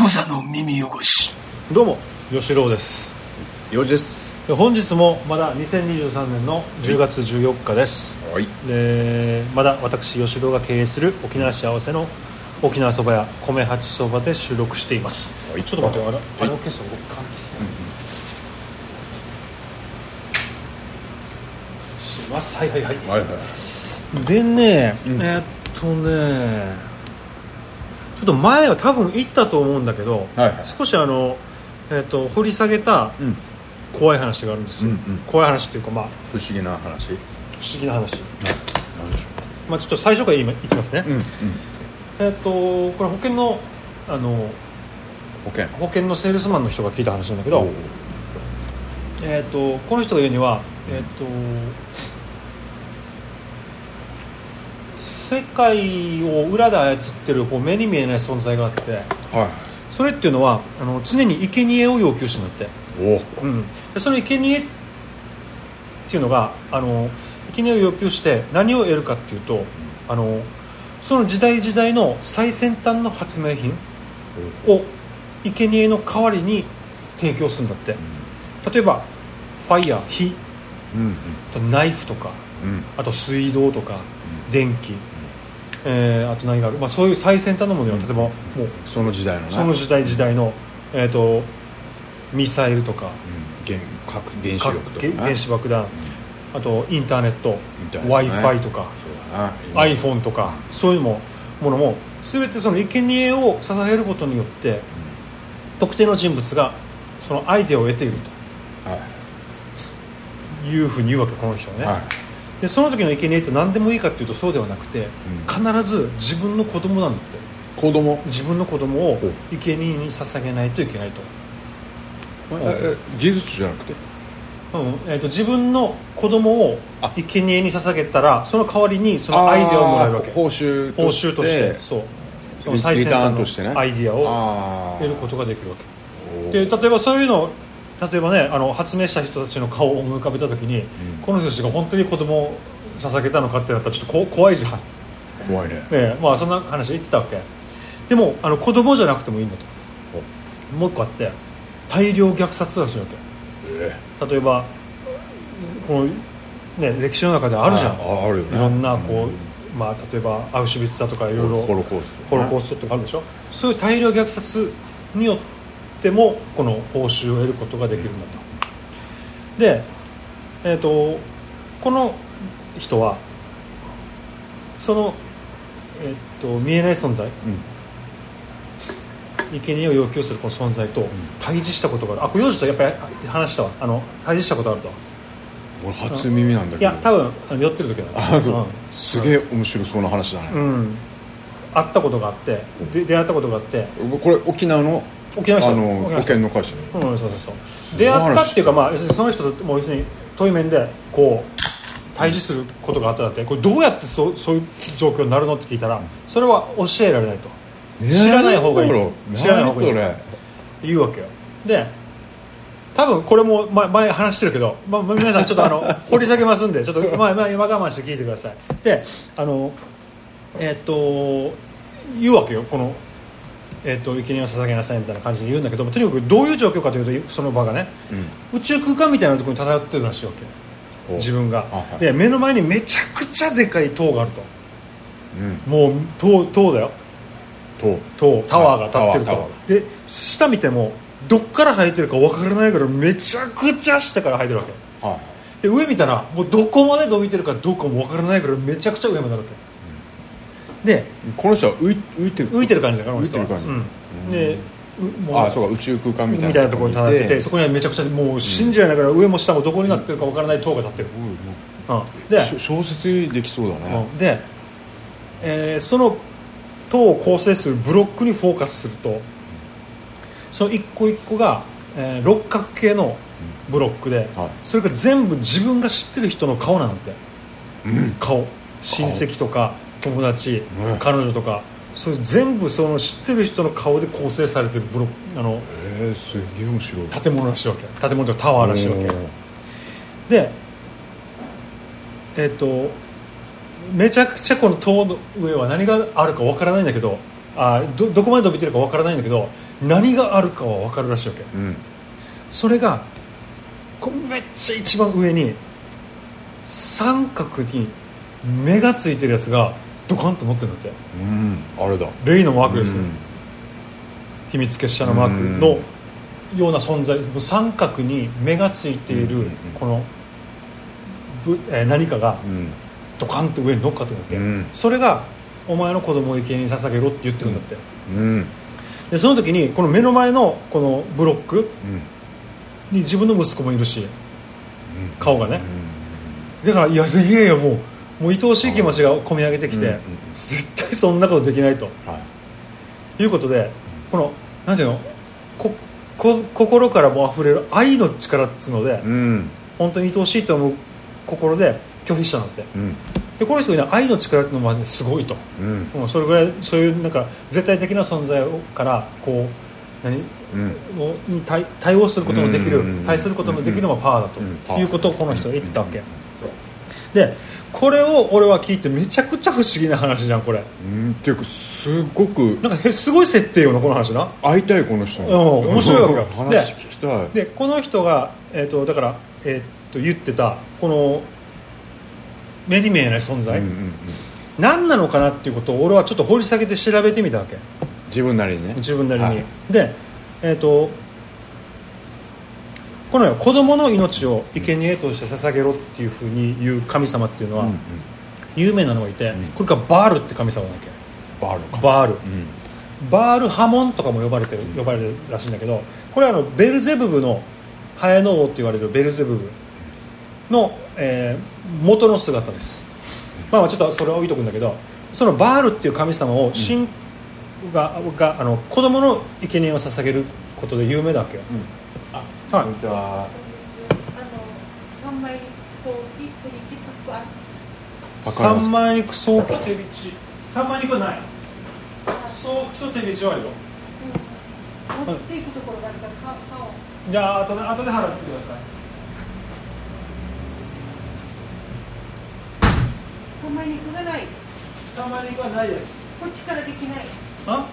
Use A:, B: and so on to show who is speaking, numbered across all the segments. A: 無座の耳汚し
B: どうも吉郎です
C: よしです
B: 本日もまだ2023年の10月14日です
C: はい
B: でまだ私吉郎が経営する沖縄幸せの沖縄そば屋米八そばで収録しています、
C: はい
B: ちょっと待ってよあれあれ
C: は
B: を
C: い
B: 消すの僕換気する、しますはいはいはい
C: はいはい
B: でね、
C: うん
B: えーっとねちょっと前は多分行ったと思うんだけど、
C: はいはい
B: 少しあの、えーっと掘り下げた
C: うん
B: 怖い話があるんですよ、
C: うんうん
B: 怖い話っていうかまあ
C: 不思議な話
B: 不思議な話、
C: なんでしょ
B: まあ、ちょっと最初から今いきますね、
C: ううんうん
B: えーっとこれ保険のあの
C: 保険
B: 保険のセールスマンの人が聞いた話なんだけど
C: おう、
B: えーっとこの人が言うには、えーっと世界を裏で操ってるこう目に見えない存在があって、
C: はい
B: それっていうのはあの常に生贄を要求しなって、
C: おう
B: うん、でその生贄っていうのがあの生贄を要求して何を得るかっていうとあのその時代時代の最先端の発明品を生贄の代わりに提供するんだって例えばファイヤー火
C: うんうん
B: あとナイフとか
C: うん
B: あと水道とか電気、えーあと何がある、まあ、そういう最先端のものよ例えばもう
C: その時代のな
B: その時代時代の、えー、とミサイルとか
C: うん原核原子力とか
B: 核
C: な
B: 原子爆弾あとインターネット
C: みたい
B: w
C: な
B: i f i とか
C: そうだな
B: iPhone とかそういうもものも全てその生贄を支えることによって特定の人物がそのアイデアを得ている
C: うんはい
B: というふうに言うわけこの人はね、
C: はい
B: でその時の生贄って何でもいいかっていうとそうではなくて、
C: う
B: 必ず自分の子供なんだって
C: 子供
B: 自分の子供を
C: お
B: 生贄に捧げないといけないと。
C: ええ技術じゃなくて
B: うんえー、と自分の子供を
C: あ
B: 生贄に捧げたらその代わりにそのアイデアをもらえるわけ
C: あー報酬
B: 報酬としてそうその
C: リ
B: 最先
C: リター
B: 端
C: ンとしてね
B: のアイデアを
C: あー
B: 得ることができるわけ
C: おう
B: で例えばそういうのを例えばねあの発明した人たちの顔を思い浮かべた時に、
C: うん
B: この人たちが本当に子供を捧げたのかってなったらちょっとこ怖いじゃん、ね
C: 怖いね
B: えまあ、そんな話言ってたわけでもあの子供じゃなくてもいいんだと
C: お
B: もう一個あって大量虐殺だしなきゃ
C: え
B: 例えばこの、ね、歴史の中であるじゃん
C: ああるよね
B: いろんなこう、
C: うん
B: まあ、例えばアウシュビッツだとかい
C: え
B: ろいろ
C: ホ
B: ホ
C: ロ
B: ロ
C: コースト
B: コーストとかあるでしょそういう大量虐殺によってもこの報酬を得ることができるんだとで、えー、とこの人はその、えー、と見えない存在
C: うん
B: 生贄を要求するこの存在と対峙したことがあるあこれ幼児とやっぱり話したわあの対峙したことあると
C: 俺初耳なんだ
B: い
C: けど
B: や多分あの寄ってる時だ
C: あそう、
B: ん
C: すげえ面白そうな話だ
B: う
C: ね、
B: ん、会ったことがあってで出会ったことがあって
C: これ沖縄の
B: 沖縄
C: あ
B: の人
C: の
B: 沖
C: 保
B: 縄の人
C: 険の会社
B: うんそうそうそう
C: ごい
B: 出
C: 話
B: 会ったっていうか、まあ、要するにその人ともう別に遠い面でこう対峙することがあっただってこれどうやってそうそういう状況になるのって聞いたらそれは教えられないと知らない方がいい知
C: 知
B: ら
C: ら
B: な
C: ないい
B: 方
C: 方
B: が
C: がいい
B: いい
C: それ
B: 言うわけよで多分これも前前話してるけど、まあ、まあ皆さんちょっとあの掘り下げますんでちょっとまあまあ今我慢して聞いてくださいであのえっと言うわけよこのえっと生贄を捧げなさいみたいな感じで言うんだけどとにかくどういう状況かというとその場がね宇宙空間みたいなところに漂ってるらしいわけよ
C: うん
B: 自分が、
C: あはい
B: で目の前にめちゃくちゃでかい塔があると
C: うん
B: もう塔塔だよ
C: と
B: とタワーが立って
C: タ
B: る
C: ワータワ
B: とで下見てもどっから生えてるか分からないからめちゃくちゃ下から生えてるわけ
C: は
B: で上見たらもうどこまで伸びてるかどうかも分からないからめちゃくちゃ上まであるわけで
C: いこの人は浮い浮いてる
B: 浮いてる感じだから
C: 浮いてる感じ、
B: うん、でうもう
C: あそうか宇宙空間みたいな
B: みたいなところに立っててそ
C: そ
B: こにはめちゃくちゃもう信じられないから上も下もどこになってるか分からない塔が立ってる、
C: う
B: うん、で
C: し小説にできそうだね、
B: で、えーその塔を構成するブロックにフォーカスするとその一個一個が、えー六角形のブロックで、
C: はい
B: それが全部自分が知ってる人の顔なんだって
C: うん、
B: 顔親戚とか友達、
C: うん
B: 彼女とかそれ全部その知ってる人の顔で構成されてるブロックあの
C: えー、すげえ面白い
B: 建物らしいわけ建物とかタワーらしいわけ
C: うん
B: でえっ、とめちゃくちゃこの塔の上は何があるかわからないんだけどあーどどこまで伸びてるかわからないんだけど何があるかは分かるらしいわけ
C: うん
B: それがこうめっちゃ一番上に三角に目がついてるやつがドカンと乗ってるんだって
C: うんあれだ
B: レイのマークですよ、
C: うん
B: 秘密結社のマークのような存在もう三角に目がついてい
C: うんうんう
B: る
C: ん
B: このぶ、えー何かが
C: うん
B: ドカンと上に乗っかってるんだって、
C: うん
B: それがお前の子供を生贄に捧げろって言ってるんだって、
C: うん
B: でその時にこの目の前のこのブロック
C: うん
B: に自分の息子もいるし顔がね
C: うん
B: だからいやいやいやもうもう愛おしい気持ちが込み上げてきて、
C: うんうん
B: 絶対そんなことできないと
C: はい
B: いうことでこのなんていうのここ心からも溢れる愛の力っつうので、
C: うん
B: 本当に愛おしいと思う心で拒否したんだって
C: うん
B: でこの人には愛の力っていうのもあってすごいと、
C: うん
B: うん、それぐらいそういうなんか絶対的な存在からこう何
C: うん
B: をに対対応することもできる、
C: うんうんうん
B: 対することもできるのがパワーだと、
C: うんパワー
B: いうことをこの人は言ってたわけ、
C: うん
B: でこれを俺は聞いてめちゃくちゃ不思議な話じゃんこれ
C: うんっていうかすごく
B: なんかへすごい設定よなこの話な
C: 会いたいこの人に
B: うん面白いわけよ
C: 話聞きたい
B: でこの人が、えー、とだから、えー、と言ってたこの目に見えない存在、
C: うんうんうん
B: 何なのかなっていうことを俺はちょっと掘り下げて調べてみたわけ
C: 自分なりにね
B: 自分なりに、
C: はい
B: でえっ、とこのよ子供の命を生贄として捧げろっていうふうに言う神様っていうの
C: う
B: は
C: んうん
B: 有名なのがいて、
C: うん
B: これがバールって神様だっけ
C: バールか
B: バール
C: うん
B: バールハモンとかも呼ばれてる呼ばれるらしいんだけどこれはあのベルゼブブのハエの王って言われるベルゼブブの、えー元の姿です、まあ、まあちょっとそれは置いとくんだけどそのバールっていう神様を神、ががあの子供の生贄を捧げることで有名だっけよ、
C: あ
B: はい
C: こんにちは
A: あの三枚そうピックリチパックあ
C: パカラ
B: 三
C: ス
B: 枚肉ソーキ手びち三枚肉はないソーキと手びちはあるよ
A: うん持っていくところがあるからか顔
B: じゃあ後で後で払ってください
A: 三枚肉がない
B: 三枚肉はないです
A: こっちからできない
B: あ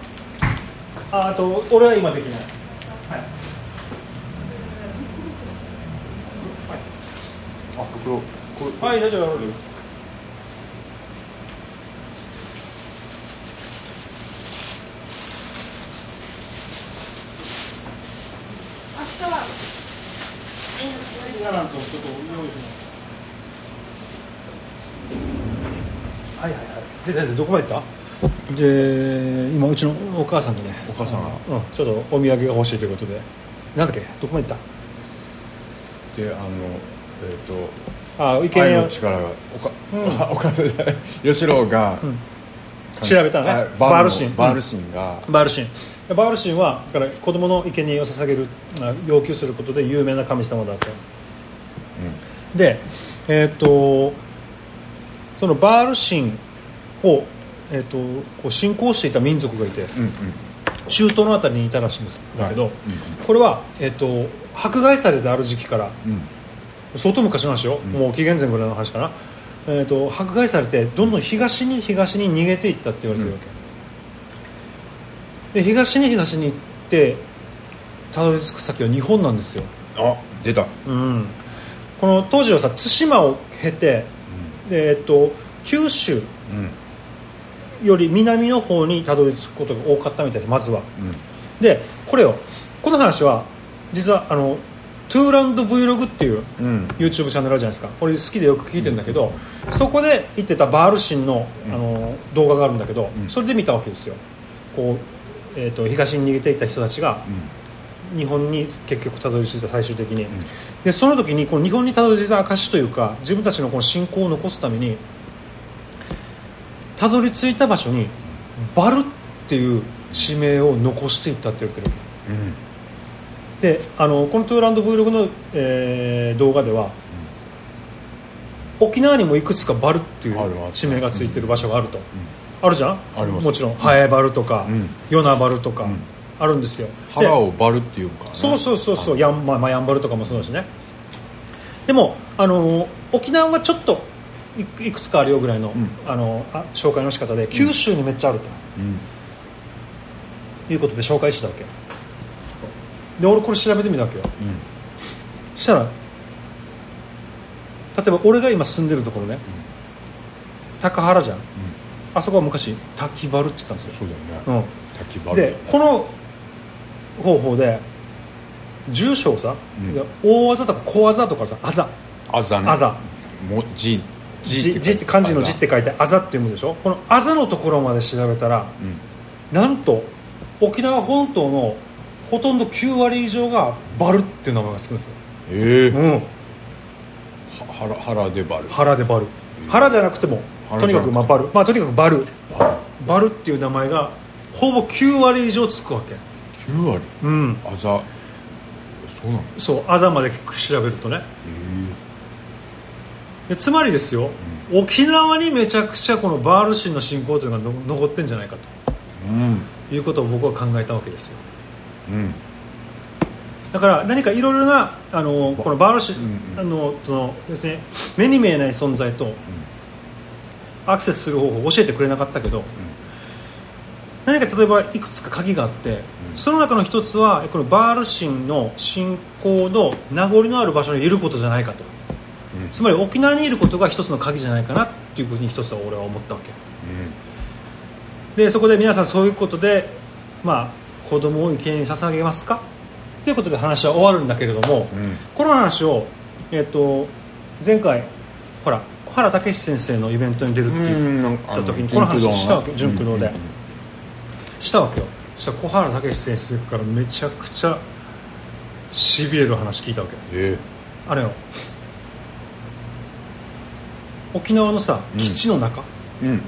B: ああと俺は今できないはい
C: あ袋これ
B: はい、大丈夫大丈
A: 明日は
B: 夫。ならんと、ちょっと用意します。はいはいはい。で、で、でどこまで行った。で、今うちのお母さんがね。
C: お母さんが
B: うん、ちょっとお土産が欲しいということで。なんだっけ、どこまで行っ
C: であのえっと
B: た。あ、意見
C: 愛
B: を
C: の。力がおか
B: うん
C: お母さんじゃない吉郎が
B: ん調べたね
C: あ
B: バ
C: バ
B: ー
C: ー
B: ル
C: ル
B: シ
C: シ
B: ン
C: ンバールシンが
B: バールシン。でバールシンは、だから、子供の生贄を捧げる、あ要求することで有名な神様だった。で、えー、とそのバール神を、えー、とこう信仰していた民族がいて
C: うんうん
B: 中東のあたりにいたらしいんですだけど、
C: はい
B: これは、えー、と迫害されてある時期から
C: うんうん
B: 相当昔の話よ、
C: ん
B: もう紀元前ぐらいの話かな、えー、と迫害されてどんどん東に東に逃げていったって言われてるわけ、で東に東に行ってたどり着く先は日本なんですよ、
C: あ出た
B: うん、この当時はさ対馬を経てでえっと、九州
C: うんうん
B: より南の方にたどり着くことが多かったみたいですまずは
C: うん
B: でこれをこの話は実はあのトゥーランド Vlog っていう
C: うん
B: YouTube チャンネルあるじゃないですか俺好きでよく聞いてるんだけど、そこで言ってたバール神の
C: うん
B: あの動画があるんだけど、
C: うん
B: それで見たわけですよこう、えっと東に逃げていった人たちが日本に結局たどり着いた最終的に、でその時にこの日本にたどり着いた証というか自分たちのこの信仰を残すためにたどり着いた場所にバルっていう地名を残していったって言われてる
C: うんうん
B: であのこの「トゥーランド Vlog の」えー動画では沖縄にもいくつかバルってい
C: あるあ
B: う
C: る
B: 地名がついてる場所があるとあるじゃん
C: あります
B: もちろんハエバルとか
C: うん
B: 与那、バルとか、
C: うん
B: あるんですよで
C: 腹をバルっていうからね
B: そうそうそうそうヤン,、まあまあ、ヤンバルとかもそうだしねでも、あのー沖縄はちょっといくいくつかあるよぐらいの、
C: うん
B: あのーあ紹介の仕方で九州にめっちゃある
C: うん
B: ということで紹介してたわけ、で俺これ調べてみたわけよ
C: うんうん
B: したら例えば俺が今住んでるところね高原じゃんあそこは昔滝原って言ったんですよ、
C: そうだよね、
B: うん、
C: 滝バルだよ
B: で
C: ね
B: この方法で住所をさ、
C: うん
B: で大技とか小技とかさ「あざ」
C: あざ
B: 「
C: ね
B: あざ」
C: もじ
B: 「
C: じ
B: じ」じって漢字の「じ」っ
C: あ
B: て書いて「あざ」って読むでしょこの「あざ」のところまで調べたら
C: ざうん
B: なんと沖縄本島のほとんど9割以上が「バル」っていう名前がつくんですよ、
C: ええ
B: う
C: は
B: ん、
C: はら腹でバル
B: 原でバル
C: うん
B: 原じゃなくても
C: 原
B: とにかく
C: じゃ
B: まあ
C: なくて
B: バルまあとにかくバル
C: バ
B: バルっていう名前がほぼ9割以上つくわけ
C: ル9割
B: うん
C: あざそうなの
B: そうあざまで調べるとね
C: え
B: でつまりですよ、沖縄にめちゃくちゃこのバール神の信仰というのがの残ってんじゃないか
C: えうん
B: ということを僕は考えたわけですよ
C: うん
B: だから何かいろいろなあのこのバール神、
C: うんうん
B: あのその要するに目に見えない存在とアクセスする方法を教えてくれなかったけど、何か例えばいくつか鍵があって、
C: うん
B: その中の一つはこのバール神の信仰の名残のある場所にいることじゃないかと
C: うん
B: つまり沖縄にいることが一つの鍵じゃないかなっていうふうに一つは俺は思ったわけでそこで皆さんそういうことで、まあ、子供を生贄に捧げますかということで話は終わるんだけれども、
C: うんうん
B: この話を、えっと前回ほら小原武史先生のイベントに出るっていう、
C: うん
B: た時にこの話したわけ純駆動で
C: うんうん
B: したわけよそしたら小原武史先生からめちゃくちゃしびれる話聞いたわけ
C: え
B: あれよ沖縄のさ
C: うん
B: 基地の中、
C: えうんうん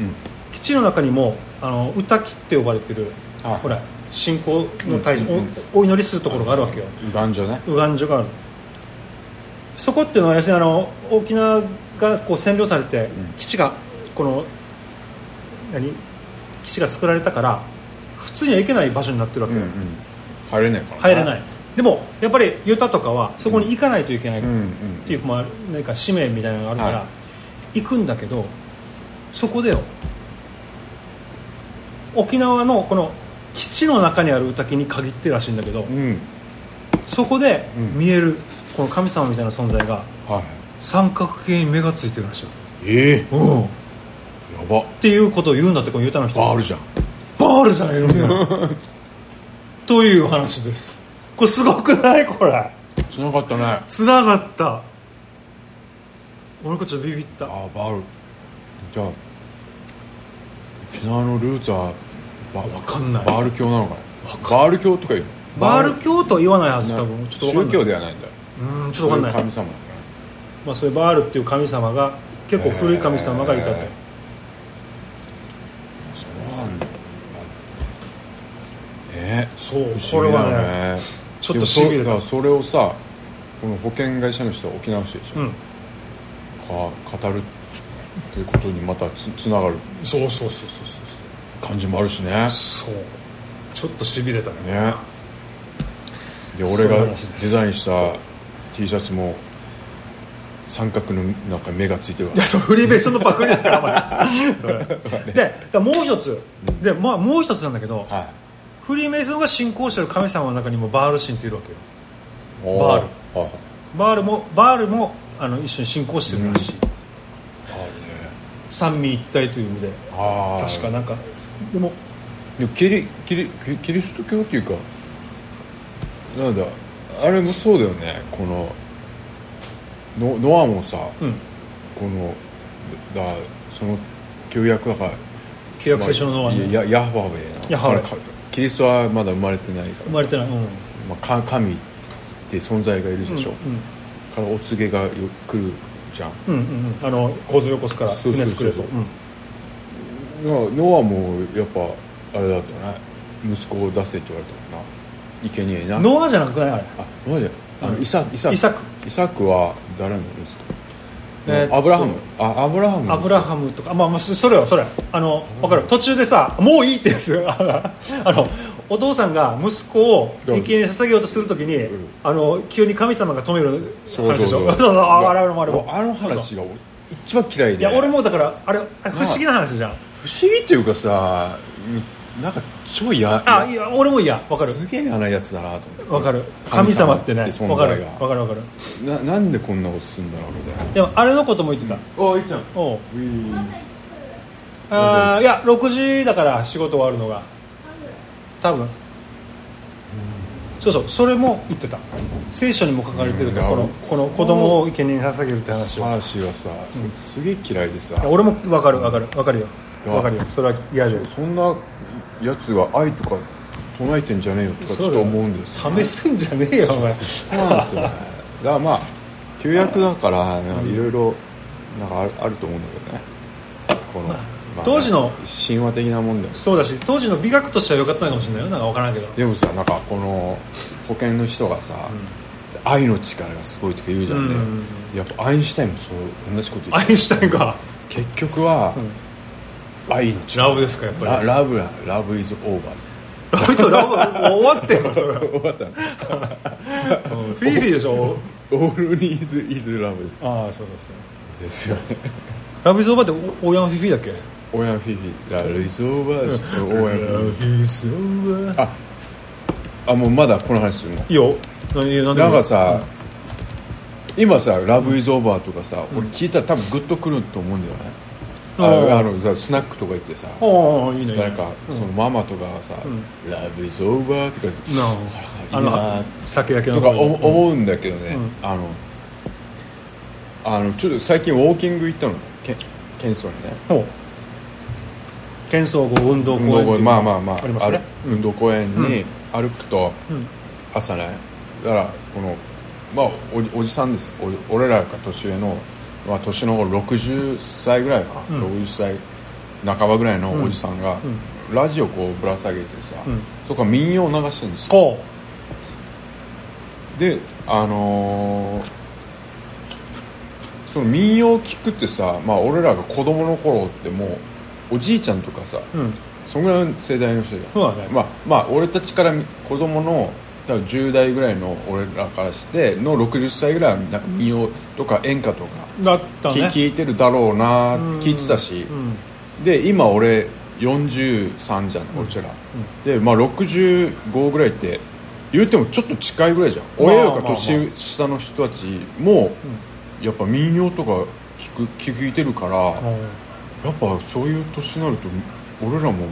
B: 基地の中にもあの歌木って呼ばれてる
C: あ
B: ほら信仰の大臣、
C: うんうんうん
B: おお祈りするところがあるわけよ
C: 男女ね
B: 右岸所があるそこっていうのは要するにあの沖縄がこう占領されて
C: ん
B: 基地がこの何基地が作られたから普通には行けない場所になってるわ
C: う
B: け
C: ん
B: よ、
C: うん入れないからね
B: 入れないでもやっぱりユタとかはそこに行かないといけないっ
C: うんうん
B: ていう、まあ、何か使命みたいなのがあるから、
C: は
B: 行くんだけどそこでよ沖縄のこの基地の中にある宴に限ってらしいんだけ
C: う
B: ど、
C: ん
B: そこで
C: うん
B: 見えるこの神様みたいな存在が
C: は
B: 三角形に目がついてるらしいよ
C: いええ
B: うんっ
C: やば
B: ていうことを言うんだってこのユタの人
C: バールじゃん
B: バールじゃないのね という話ですこれすごくないこれ
C: つながったねあ
B: つながった俺こっちょっとビビった
C: あバールじゃあ沖縄のルーツはバ
B: わかんない
C: バール教なのかなバール教とか言うの
B: バール教とは言わないはず
C: な
B: 多分ちょっとわ
C: 宗教
B: かんない
C: ではないんだ
B: うんちょっとわかん
C: そう
B: な
C: う神
B: い
C: 様だね
B: まあそういうバールっていう神様が結構古い神様がいたと、
C: えーそうなんだえー
B: そう
C: 不思
B: これ
C: 議だよ
B: はね
C: ね
B: ちょっとしび
C: で
B: れ
C: も
B: た
C: そうだからそれをさこの保険会社の人は沖縄市でしょ、
B: うん
C: か語るっていうことにまたつつながる
B: そうそうそうそうそうそう
C: 感じもあるしね
B: そうちょっとしびれたね
C: ねで
B: そう
C: 俺
B: いう
C: が
B: 話です
C: デザインした T シャツも三角のなんか目がついてるわ
B: いやそうフリーベースのパクリだからお前 でだからもう一つで、まあ、もう一つなんだけど、
C: は
B: フリーメイソンが信仰してる神様の中にもバール神っているわけよ
C: いお
B: バー
C: ルはい
B: バールもバールもあの一緒に信仰してるらしい、
C: バールね
B: 三位一体という意味で
C: あー
B: 確かなんかでも
C: でもキリキリキリキリスト教っていうかなんだあれもそうだよねこのノノアもさ
B: うん
C: このだその旧約だから
B: 契約最初のノア
C: まあ
B: に
C: いやヤハウェな
B: ヤハウェ
C: かキリストはまだ生まれてないか
B: 生
C: ら、
B: まれてない、うん
C: まあ、か神って存在がいるでしょ、
B: うん
C: からお告げがよ来るじゃん
B: うんうんうんあの洪水を起こすから
C: そうそうそう
B: 船作れとうん
C: ノノアもやっぱあれだったね息子を出せって言われたもんないけにえな
B: ノアじゃなくないあれ
C: あノアじゃあの
B: うん
C: イサイサク
B: イサク
C: イサクは誰の息子、
B: えーっと
C: アブラハムあアブラハム
B: アブラハムとか、まあ、まあそそれはそれあの分かる途中でさもういいってやつ あのお父さんが息子を生贄に捧げようとするときに、
C: ん
B: あの急に神様が止める
C: そうそ
B: 話で
C: う
B: しょ
C: そう
B: そうそうあれあれもあれ
C: も
B: も
C: うあの話
B: そう
C: が俺一番嫌い
B: そう
C: で
B: いや俺もだからあれあれ不思議な話じゃん
C: 不思議っていうかさなんか超嫌
B: あいや俺もいやわかる
C: すげえ嫌なやつだなと思って
B: わかる神様ってね
C: 神
B: わ
C: 様
B: か
C: って存
B: る
C: 在が
B: わかるわかる
C: ななんでこんなことすんだろうみたいな
B: でもあれのことも言ってた、
C: おいっちゃん
B: おう
C: ウィーン
B: あーいや6時だから仕事終わるのが多分そうそうそれも言ってた聖書にも書かれてると
C: うん
B: このこの子供を生贄に捧げるって話をい
C: 話がさ、すげえ嫌いでさ
B: や俺も分かる分かる分かるよ
C: うん
B: 分かるよそれは嫌で
C: そんなやつが愛とか唱えてんじゃねえよとかちょっと思うんですよね、
B: 試すんじゃねえよお前
C: そうなんですよねだからまあ旧約だからなんかいろいろなんかあるあると思うんだけどねこの、
B: まあ
C: まあ
B: 当時の
C: 神話的なもんだよ
B: そうだし当時の美学としては良かったのかもしれないよなんか分からんけど
C: でもさなんかこの保険の人がさ、愛の力がすごいとか言うじゃんね、
B: うん
C: やっぱアインシュタインもそう同じこと言
B: ア
C: っ
B: イ
C: て
B: ンシュタインが
C: 結局は、愛の力
B: ラブですかやっぱり
C: ララブララブイズオーバーズ
B: ラブイズラブもう終わってよそれは、うん
C: 終わったの
B: フィーフィーでしょ
C: オールニーズイズラブです
B: ああそうですね
C: ですよね
B: ラブイズオーバーってお大山フィフィだっけ
C: オーヤンフィフィラブイズオーバーズオーヤンフィフ
B: ィスオ
C: ィああもうまだこの話するの
B: いいよ何何でも
C: なんかさ、今さ「ラブイズオーバーとかさ、
B: ん
C: 俺聞いたら多分グッとくると思うんだよね、
B: うん
C: ああのさスナックとか行ってさ、
B: おーいいね
C: なんか、
B: うん
C: そのママとかがさ
B: う
C: 「
B: ん
C: ラブイズオーバーとか
B: な
C: あ
B: あ
C: らいい
B: の
C: な
B: 酒焼けの
C: とかお思うんだけどね、
B: うん
C: あのあのちょっと最近ウォーキング行ったのねけケンソーにね
B: ほう喧騒後運動公
C: 運
B: 園
C: 動
B: っ
C: 公
B: ていう
C: 園まあまあまあ
B: ありますね
C: 歩運動公園に歩くと
B: うん
C: 朝ねだからこのまあおじおじさんですよおじ俺らが年上の、まあ、年の頃60歳ぐらいかな、
B: うん
C: 60歳半ばぐらいの
B: うん
C: おじさんが、
B: う
C: ラジオこうぶら下げてさ、
B: うん
C: そこから民謡を流してるんですよ
B: ほ
C: であのーその民謡を聞くってさ、まあ、俺らが子供の頃ってもうおじいちゃんとかさ
B: ううん
C: そんぐらいの世代の人じゃん
B: そうだね
C: まあまあ俺たちから見子供の多分10代ぐらいの俺らからしての60歳ぐらいはなんか民謡とか演歌とか
B: だった
C: 聞
B: ね
C: 聞いてるだろうな
B: うん
C: 聞いてたし
B: うん
C: で今俺43じゃんこちら、でまあ65ぐらいって言うてもちょっと近いぐらいじゃん
B: まあ
C: 親より
B: まあま
C: か
B: あ
C: 年下の人たちもやっぱ民謡とか聞く聞いてるからや
B: うん
C: っぱそういう年になると俺らも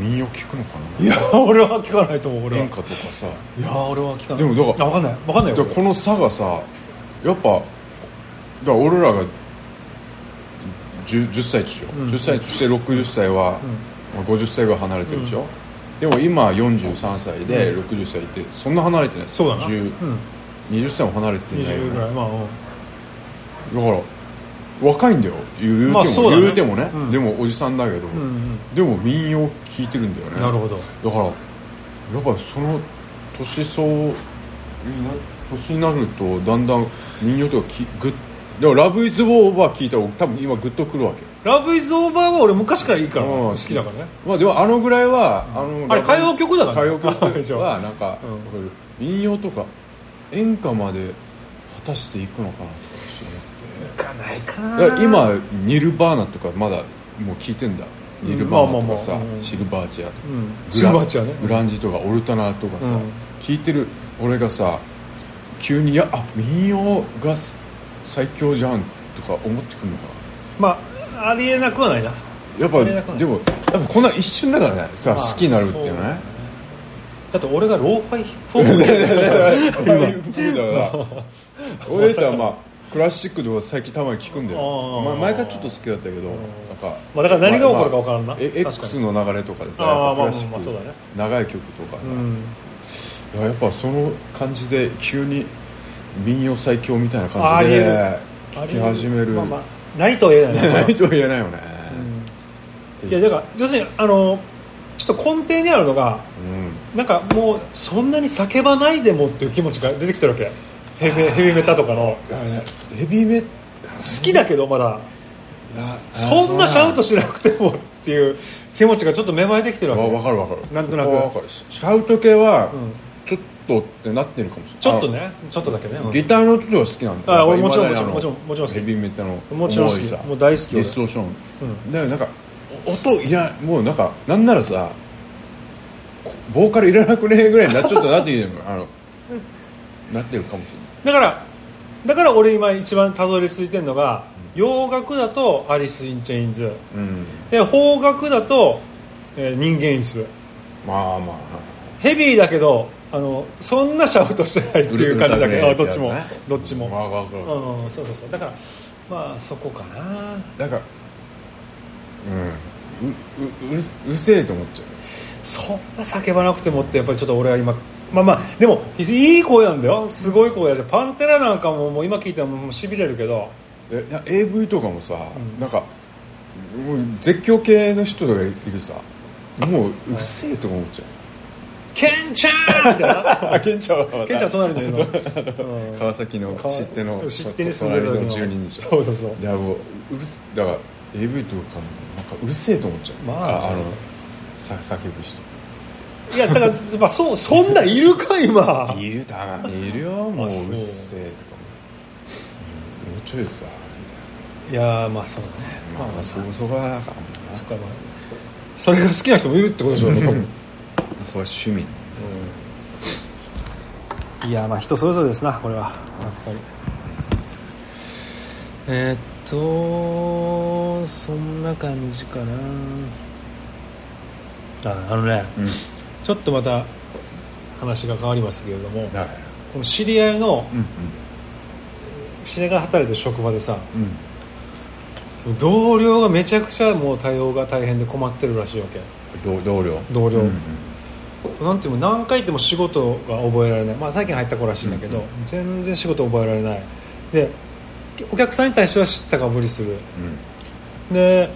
C: 民謡聞くのかない
B: や 俺は聞かないと思う俺は
C: 演歌とかさ
B: いや俺は聞かない
C: でもだから
B: あ分かんない分かんない
C: だ
B: よ
C: からこの差がさやっぱだから俺らが 10, 10歳でしょ、
B: ん
C: 10歳として60歳は、まあ50歳ぐらい離れてるでしょ、でも今43歳で60歳ってそんな離れてない
B: そうだな
C: 10
B: うん
C: 20歳も離れてないよ、
B: 20
C: ね、
B: ぐら
C: だ
B: い
C: か
B: まあうん
C: ら若いんだよ言う言うても、
B: まあそうだね
C: 言うてもね、
B: うん
C: でもおじさんだけど、
B: うん
C: でも民謡聞いてるんだよ
B: う
C: ね
B: んなるほど
C: だからやっぱその年相にな年になるとだんだん民謡とかきグッでも「ラブ・イズ・オーバー」聞いたら多分今グッとくるわけ
B: ラブイズオーバーは俺昔からいいから
C: うん
B: 好きだからね
C: まあでもあのぐらいは、あの
B: あれ歌謡曲だから
C: 歌謡
B: ね
C: 曲はなんか、
B: うん
C: わかる民謡とか演歌まで果たしていくのかなとか
B: いかないか
C: だから今ニルバーナとかまだもう聞いてんだニルバーナとかさ、
B: うんまあまあまあうん
C: シルバーチェアとか
B: うん
C: グラ
B: シルバーチャーね
C: グランジとかオルタナとかさ、
B: うん
C: 聞いてる俺がさ急に「いやあ民謡がす最強じゃん」とか思ってくるのか
B: まあありえなくはないなあ
C: な
B: りえ
C: や
B: な
C: っ
B: く
C: ぱ
B: はない
C: でもやっぱこんな一瞬だからねさ、
B: まあ
C: 好きになるっていう
B: そうだね
C: ね
B: だって俺がローファイヒップホッ プで
C: 今 だから俺たちはまあクラシックとか最近たまに聞くんだ
B: あ
C: よ、
B: ー
C: まあ、前からちょっと好きだったけどなんか、
B: まあだから何が起こるかわからんな
C: まあえ
B: 確かに
C: X の流れとかでさ
B: あー
C: やっぱク
B: まあ
C: ラシッ
B: まあそうだね
C: ク長い曲とかさ、
B: うん
C: いややっぱその感じで急に民謡最強みたいな
B: ああ
C: 感じ
B: りえ
C: で
B: る
C: 聞き始める
B: まあまあないとは言えないな
C: ないとは言えないよね、
B: うんいやだから要するにあのちょっと根底にあるのが
C: うん
B: なんかもうそんなに叫ばないでもっていう気持ちが出てきてるわけヘビヘビメタとかの
C: だからねヘビーメ
B: 好きだけどまだ
C: あ
B: そんなシャウトしなくてもっていう気持ちがちょっと芽生えてきてる
C: わ
B: わけ
C: わかるわかる
B: なんとなく
C: そこはわかるシャウト系は
B: ん
C: ちょっとってなってるかもしれない
B: ちょっとねちょっとだけね
C: あのギターの音が好きなんだ
B: あ俺もちろん
C: やっぱ
B: もちろん
C: 未だにあの
B: もちろんもちろん好き
C: ヘビーメタの
B: もちろん好き
C: 重いさ
B: もう大好き俺
C: ディストーション、だからなんか音いらもうなんかなんならさこボーカルいらなくねえぐらいになっちゃったなっていう のもあのなってるかもしれない
B: だからだから俺今一番たどり着いてるのが洋楽だとアリス・イン・チェインズ
C: うん
B: で邦楽だと、えー人間椅子
C: まあまあ
B: ヘビーだけどあのそんなシャウトしてないっていう感じだけどあ
C: うる
B: どっ
C: さ
B: ち
C: くね
B: もどっちも、
C: まあまあまあ
B: うん、そうそうそうだからまあそこかな
C: なんかうんうううるうるせえと思っちゃ
B: そんな叫ばなくてもってやっぱりちょっと俺は今まあまあでもいい声なんだよすごい声だしパンテラなんかももう今聞いてももうしびれるけど
C: うえな AV とかもさ、
B: うん
C: なんかもう絶叫系の人がいるさもううるせえとか思っちゃ
B: ケンちゃんみたいな
C: う、 あケンちゃんは
B: ケンちゃん隣でいる の、うん
C: 川崎の
B: かわ
C: 知っての
B: 知ってに住んでる
C: 隣の
B: 時
C: 住人でしょ
B: そうそうそう
C: いやもううるせだから AV とかもなんかうるせえと思っちゃう
B: まあ
C: あのさ叫ぶ人
B: いやだから、まあ、そうそんないるか今
C: いるだないるよもう
B: あ
C: う
B: そう
C: るせえとかもうんもうちょいさ
B: いやまあそうね
C: みたいなま
B: まあま
C: あ
B: あ
C: そ
B: そ
C: こそこは なんか
B: っかまあそれが好きな人もいるってことでしょうね多分
C: それは趣味
B: いやまあ人それぞれですなこれはやっぱりえーっとそんな感じかなああのね
C: うん
B: ちょっとまた話が変わりますけれども
C: だから
B: この知り合いの
C: うん
B: 知り合いが働いてる職場でさ
C: うんうん
B: 同僚がめちゃくちゃもう対応が大変で困ってるらしいわけ
C: 同同僚
B: 同僚
C: うんうん
B: なんていうの何回行っても仕事が覚えられない、まあ、最近入った子らしいんだけど、
C: うん
B: 全然仕事覚えられないでお客さんに対しては知ったかぶりするで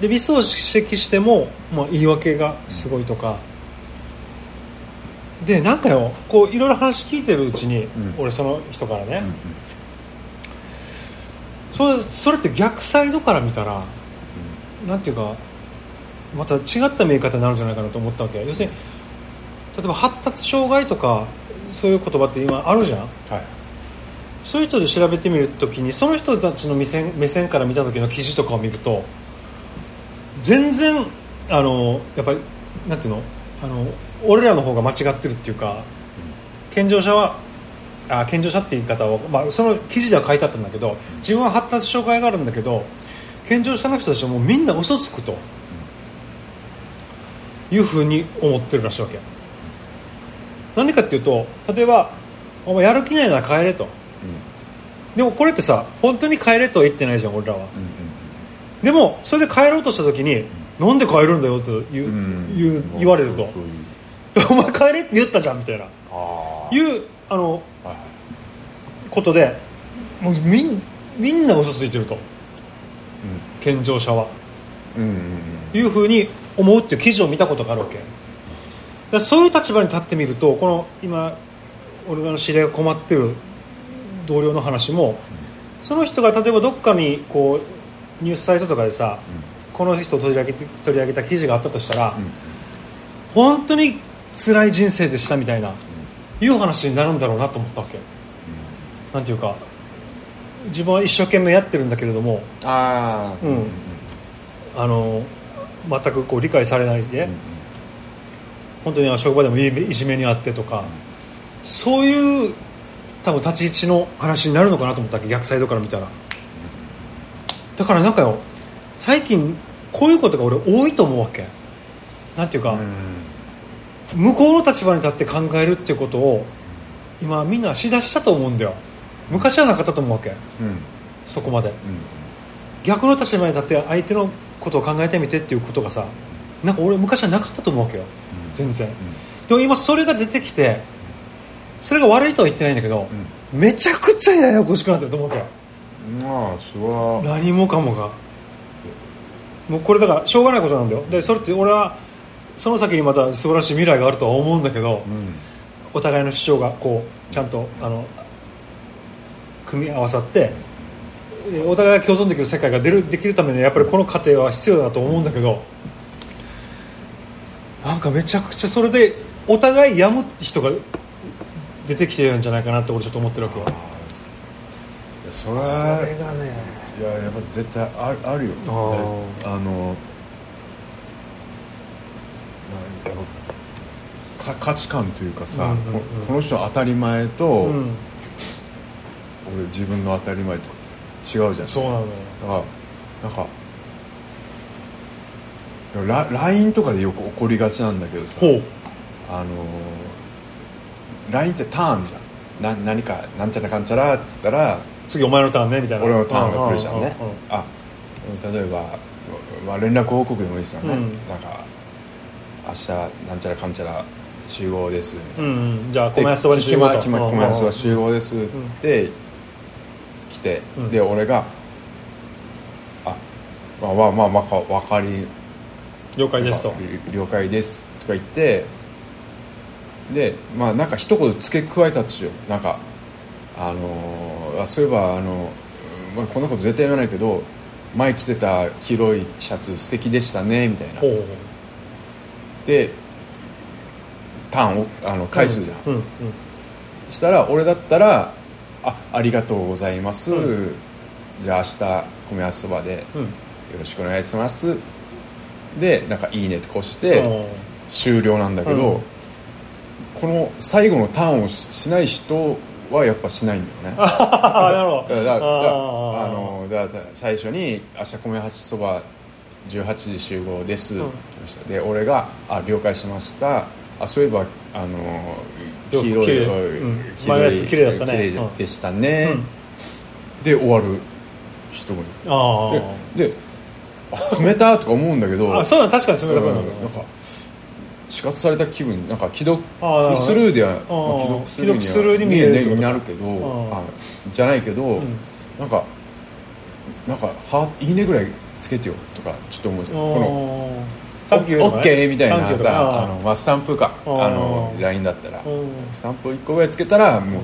B: でミスを指摘しても、まあ、言い訳がすごいとか、でなんかよこういろいろ話聞いてるうちに、
C: ん
B: 俺その人からね、
C: うんうん
B: それそれって逆サイドから見たらなんていうかまた違った見え方になるんじゃないかなと思ったわけ要するに例えば発達障害とかそういう言葉って今あるじゃん
C: はい
B: そういう人で調べてみるときにその人たちの目線目線から見た時の記事とかを見ると全然あのやっぱりなんていうのあの俺らの方が間違ってるっていうか健常者はあ健常者って言い方を、まあ、その記事では書いてあったんだけど自分は発達障害があるんだけど健常者の人たちはもうみんな嘘つくというふうに思ってるらしいわけ何でかっていうと例えば「お前やる気ないなら帰れ」と。でもこれってさ本当に帰れとは言ってないじゃん俺らは
C: うんうん
B: でもそれで帰ろうとした時に「なんで帰るんだよ」と言う、
C: うん
B: 言う言われると
C: そういう
B: 「お前帰れ」って言ったじゃんみたいな
C: ああ
B: いうあの
C: はい
B: ことでもうみんみんな嘘ついてると健常者は
C: うんうんうん
B: いうふうに思うっていう記事を見たことがあるわけだからそういう立場に立ってみるとこの今俺の知り合いが困ってる同僚の話もその人が例えばどっかにこうニュースサイトとかでさこの人を取り上げて取り上げた記事があったとしたら、
C: うん
B: 本当に辛い人生でしたみたいな、いう話になるんだろうなと思ったわけ、なんていうか自分は一生懸命やってるんだけれども
C: ああ
B: うんあの全くこう理解されないで、本当にあの職場でもいじめいじめにあってとか、そういう多分立ち位置の話になるのかなと思ったわけ逆サイドから見たらだからなんかよ最近こういうことが俺多いと思うわけなんていうか、向こうの立場に立って考えるっていうことを今みんなしだしたと思うんだよ昔はなかったと思うわけ
C: うんうん
B: そこまで
C: うん
B: 逆の立場に立って相手のことを考えてみてっていうことがさなんか俺昔はなかったと思うわけよ全然でも今それが出てきてそれが悪いとは言ってないんだけど、めちゃくちゃややこしくなってると思うわけよ
C: うんまあそれは
B: 何もかもがもうこれだからしょうがないことなんだよでそれって俺はその先にまた素晴らしい未来があるとは思うんだけど、
C: うん
B: お互いの主張がこうちゃんとあの組み合わさってえーお互いが共存できる世界が出るできるためにはやっぱりこの過程は必要だと思うんだけどなんかめちゃくちゃそれでお互いやむって人が出てきてるんじゃないかなって俺ちょっと思ってるわけよ
C: いやそれは
B: がね
C: いややっぱ絶対あるあるよ
B: あー
C: だあのなんやろか価値観というかさ、
B: うんうんう
C: こ
B: ん
C: この人の当たり前と、
B: うん、
C: 俺自分の当たり前と違うじゃん
B: そうなのよ
C: だからなんかでもラ LINE とかでよく起こりがちなんだけどさ
B: ほう
C: あのー LINE ってターンじゃんな何かなんちゃらかんちゃらっつったら
B: 次お前のターンねみたいな
C: 俺のターンが来るじゃんね
B: ううう
C: あ例えば、まあ、連絡報告でもいいですよね、
B: うん
C: なんか明日なんちゃらかんちゃら集合ですみたいな
B: うんうんじゃあ
C: で
B: 小林そばに集合と
C: きまきま小林は集合ですっ
B: ん
C: て来て、
B: うん
C: で俺が「あまあまあまあまあ分かり
B: 了解ですと
C: 了解です」とか言ってでまあなんか一言付け加えたとしようなんかあのーあそういえばあの、まあ、こんなこと絶対言わないけど前着てた黄色いシャツ素敵でしたねみたいな
B: ほう
C: でターンをあの返すじゃん
B: うんうん
C: したら俺だったら「あありがとうございます、
B: うん
C: じゃあ明日米あそばでよ
B: うんうん
C: ろしくお願いします」でなんか「いいね」ってこうして
B: うん
C: 終了なんだけど、
B: うん
C: この最後のターンをししない人はやっぱしないんだよねだか
B: ああなるほ
C: ら
B: ど
C: だから
B: あ
C: あ
B: ー
C: のだから最初に「明日米八そば18時集合です」
B: うん
C: って来ましたで俺が「あ了解しました」あそういえばあの黄色い
B: 綺麗うん
C: 黄
B: マイ
C: 色
B: ナ
C: い
B: ス綺麗だったね
C: 綺麗でしたね、で終わる人もい
B: うんああ
C: るでであ冷たとか思うんだけど
B: あそうなの確かに冷たくなる
C: うんなんか死活された気分なんか既読
B: あー
C: スルーでは
B: ー
C: まあ既読スルーには
B: 既読スルーに見えるってこと
C: ねなるけど
B: あー
C: あじゃないけど、
B: ん
C: なんかなんかは「いいね」ぐらいつけてよとかちょっと思うじゃんこの
B: の
C: 「オッケー」みたいなさあの、まあ、スタンプかあ
B: あー
C: の LINE だったら
B: うん
C: スタンプ1個ぐらいつけたらもう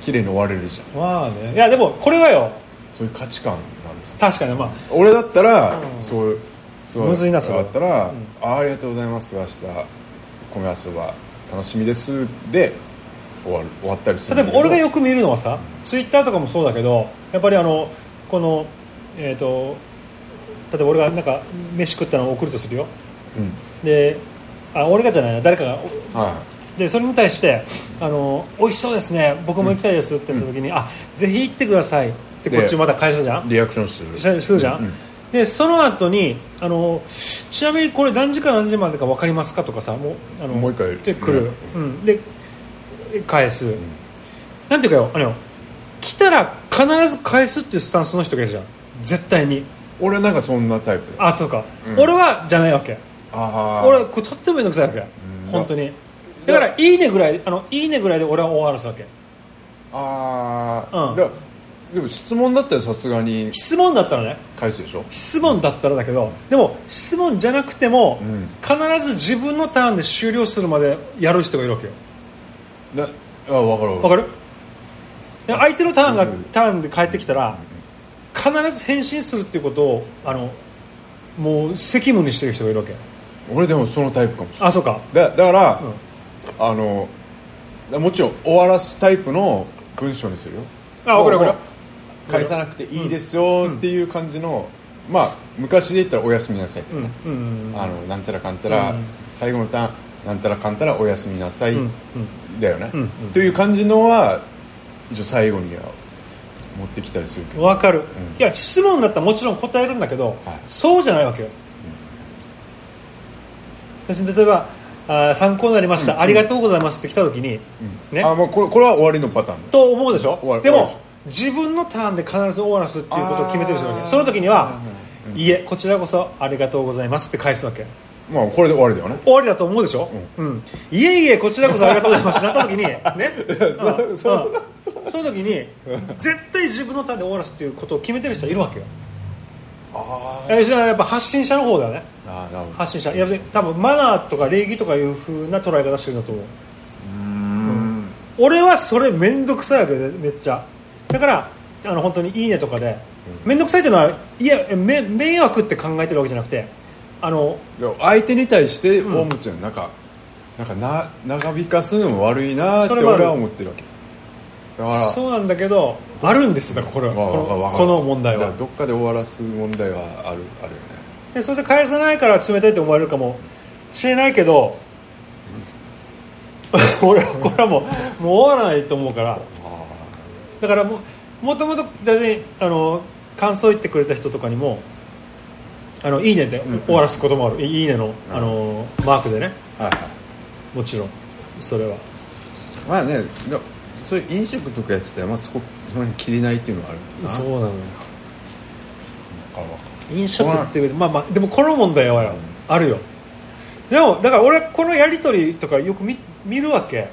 C: 綺麗に終われるじゃん
B: まあねいやでもこれはよ
C: そういう価値観なんですね
B: 確かにまあ
C: 俺だったら、
B: うん
C: そうそう
B: むずいなそれ
C: だったら、
B: うん
C: あありがとうございます明日米遊ば楽しみですで終わる終わったりするん
B: 例え
C: だけ
B: ば
C: ど
B: 俺がよく見るのはさツイッターとかもそうだけどやっぱりあのこのえっ、と例えば俺がなんか飯食ったのを送るとするよ
C: うん
B: であ俺がじゃないな誰かが
C: は
B: でそれに対してあの「美味しそうですね僕も行きたいです」って言った時に「あぜひ行ってください」ってこっちまた返すじゃ
C: い
B: ん
C: リアクションする
B: しするじゃん、
C: うん
B: でその後にあのちなみにこれ何時から何時までか分かりますかとかさもうあの
C: もう一回
B: で来る、
C: う
B: うん、で返す、なんていうかよあの来たら必ず返すっていうスタンスの人がいるじゃん絶対に
C: 俺なんかそんなタイプだ
B: あそうか、
C: うん
B: 俺はじゃないわけ
C: あー
B: 俺これとっても面倒くさいわけ、
C: ん
B: 本当にだから「いいね」ぐらいあの「いいね」ぐらいで俺は終わらすわけ
C: あ
B: う
C: あ
B: ん
C: ででも質問だったらさすがに
B: 質問だったらね
C: 返すでしょ
B: 質問だったらだけどでも質問じゃなくても、
C: うん
B: 必ず自分のターンで終了するまでやる人がいるわけよ
C: だあ分かる分
B: わ
C: か
B: か
C: る
B: るで相手のターンが
C: うん
B: ターンで帰ってきたら必ず返信するっていうことをあのもう責務にしてる人がいるわけ
C: 俺でもそのタイプかもしれない
B: あそうか
C: だだから、
B: うん
C: あのだもちろん終わらすタイプの文章にするよ
B: あわかるわかる
C: 返さなくていいですよっていう感じの、まあ昔で言ったら「おやすみなさい」とか
B: うん
C: ね、
B: うん
C: あのなんちゃらかんちゃら、
B: うん
C: 最後のターンなんたらかんたらおやすみなさい、
B: うん
C: だよね、
B: うんうん
C: という感じのは一応最後には持ってきたりするけど
B: わかる、
C: ん
B: いや質問だったらもちろん答えるんだけど、
C: はい
B: そうじゃないわけよ、別に例えばあー参考になりました、ありがとうございますって来た時に、ね
C: あもうこれこれは終わりのパターンだ
B: と思うでしょ
C: 終わる
B: で
C: 終わる
B: も自分のターンで必ず終わらすっていうことを決めてる人がいる
C: あー
B: その時には、
C: うん
B: いえこちらこそありがとうございますって返すわけ
C: まあこれで終わりだよね
B: 終わりだと思うでしょ、うんいえいえこちらこそありがとうございましたなった 時にね、うんうんその時に絶対自分のターンで終わらすっていうことを決めてる人はいるわけよ
C: あー
B: えそれはやっぱ発信者の方だよね
C: あーなるほど
B: 発信者いや別に多分マナーとか礼儀とかいうふうな捉え方してるんだと思う
C: うん
B: 俺はそれ面倒くさいわけでめっちゃだからあの本当に「いいね」とかで
C: うん
B: 面倒くさいっていうのはいやえめ迷惑って考えてるわけじゃなくてあの
C: でも相手に対して思っちゃう、なんかなんかな長引かすのも悪いなーって
B: それはあ
C: 俺
B: る
C: は思ってるわけだから
B: そうなんだけどあるんですだからこれは
C: まあ
B: こ
C: わかるわ
B: の
C: かる
B: この問
C: だ
B: 題
C: か
B: は
C: らどっかで終わらす問題はあるあるよね
B: でそれで返さないから冷たいと思われるかも知れないけど 俺はこれはもうもう終わらないと思うから
C: あ
B: だからももともと別にあの感想言ってくれた人とかにも「あのいいね」で
C: うん
B: 終わらすこともある「いいねの」
C: な
B: あ
C: るほ
B: のマークでね
C: あはいはい
B: もちろんそれは
C: まあねでそういう飲食とかやってたら、まあ、そこその辺切りないっていうのはあるもんな
B: そう
C: わ
B: なのよ
C: かるわか
B: 飲食っていうまあまあでもこの問題はよあるよでもだから俺このやり取りとかよく見見るわけ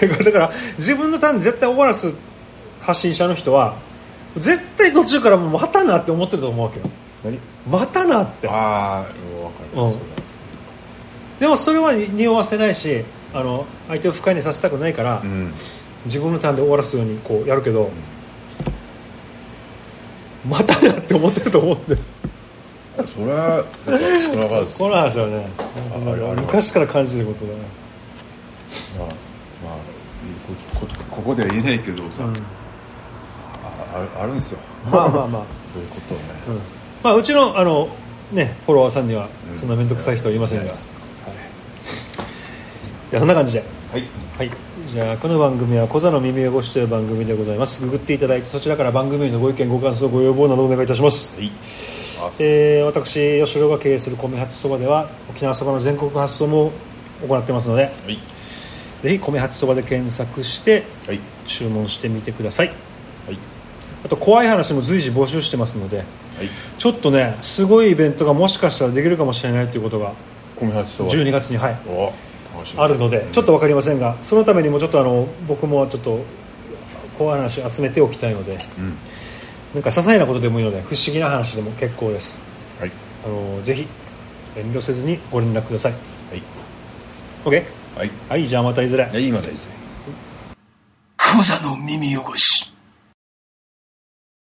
C: るうん
B: だから自分のターンで絶対終わらす発信者の人は絶対途中からもうまたなって思ってると思うわけよ
C: 何
B: またなって
C: ああうんわかる
B: う
C: そうな
B: ん
C: んですね
B: でもそれは匂わせないしあの相手を不快にさせたくないから、
C: うん
B: 自分のターンで終わらすようにこうやるけど、まただって思ってると思うん で
C: それはそれはわかるです
B: この話はね
C: ああるある
B: 昔から感じてることだね、
C: まあまあいいここここでは言えないけどさ、
B: うん
C: あああるんですよ
B: まあまあまあ、
C: そういうことをね、
B: うんまあ、うちのあの、ね、フォロワーさんには
C: うん
B: そんな面倒くさい人はいませんが、
C: いな
B: は
C: い
B: い
C: です
B: でそんな感じで。
C: はい
B: はい、じゃあこの番組は「小座の耳汚し」という番組でございますググっていただいてそちらから番組へのご意見ご感想ご要望などお願いいたします、
C: はい
B: えー私吉郎が経営する米八そばでは沖縄そばの全国発送も行ってますので
C: はい
B: ぜひ米八そばで検索して
C: はい
B: 注文してみてください
C: はい
B: あと怖い話も随時募集してますので
C: はい
B: ちょっとねすごいイベントがもしかしたらできるかもしれないということが
C: 米八とは
B: 12月にはい
C: お楽しみ
B: あるのでちょっと分かりませんがそのためにもちょっとあの僕もちょっと怖い話集めておきたいので
C: うん
B: なんか些細なことでもいいので不思議な話でも結構です
C: はい
B: あのぜひ遠慮せずにご連絡ください
C: はい
B: OK
C: はい
B: はいじゃあまたいずれ
C: いや今大事
D: 小座の耳汚し。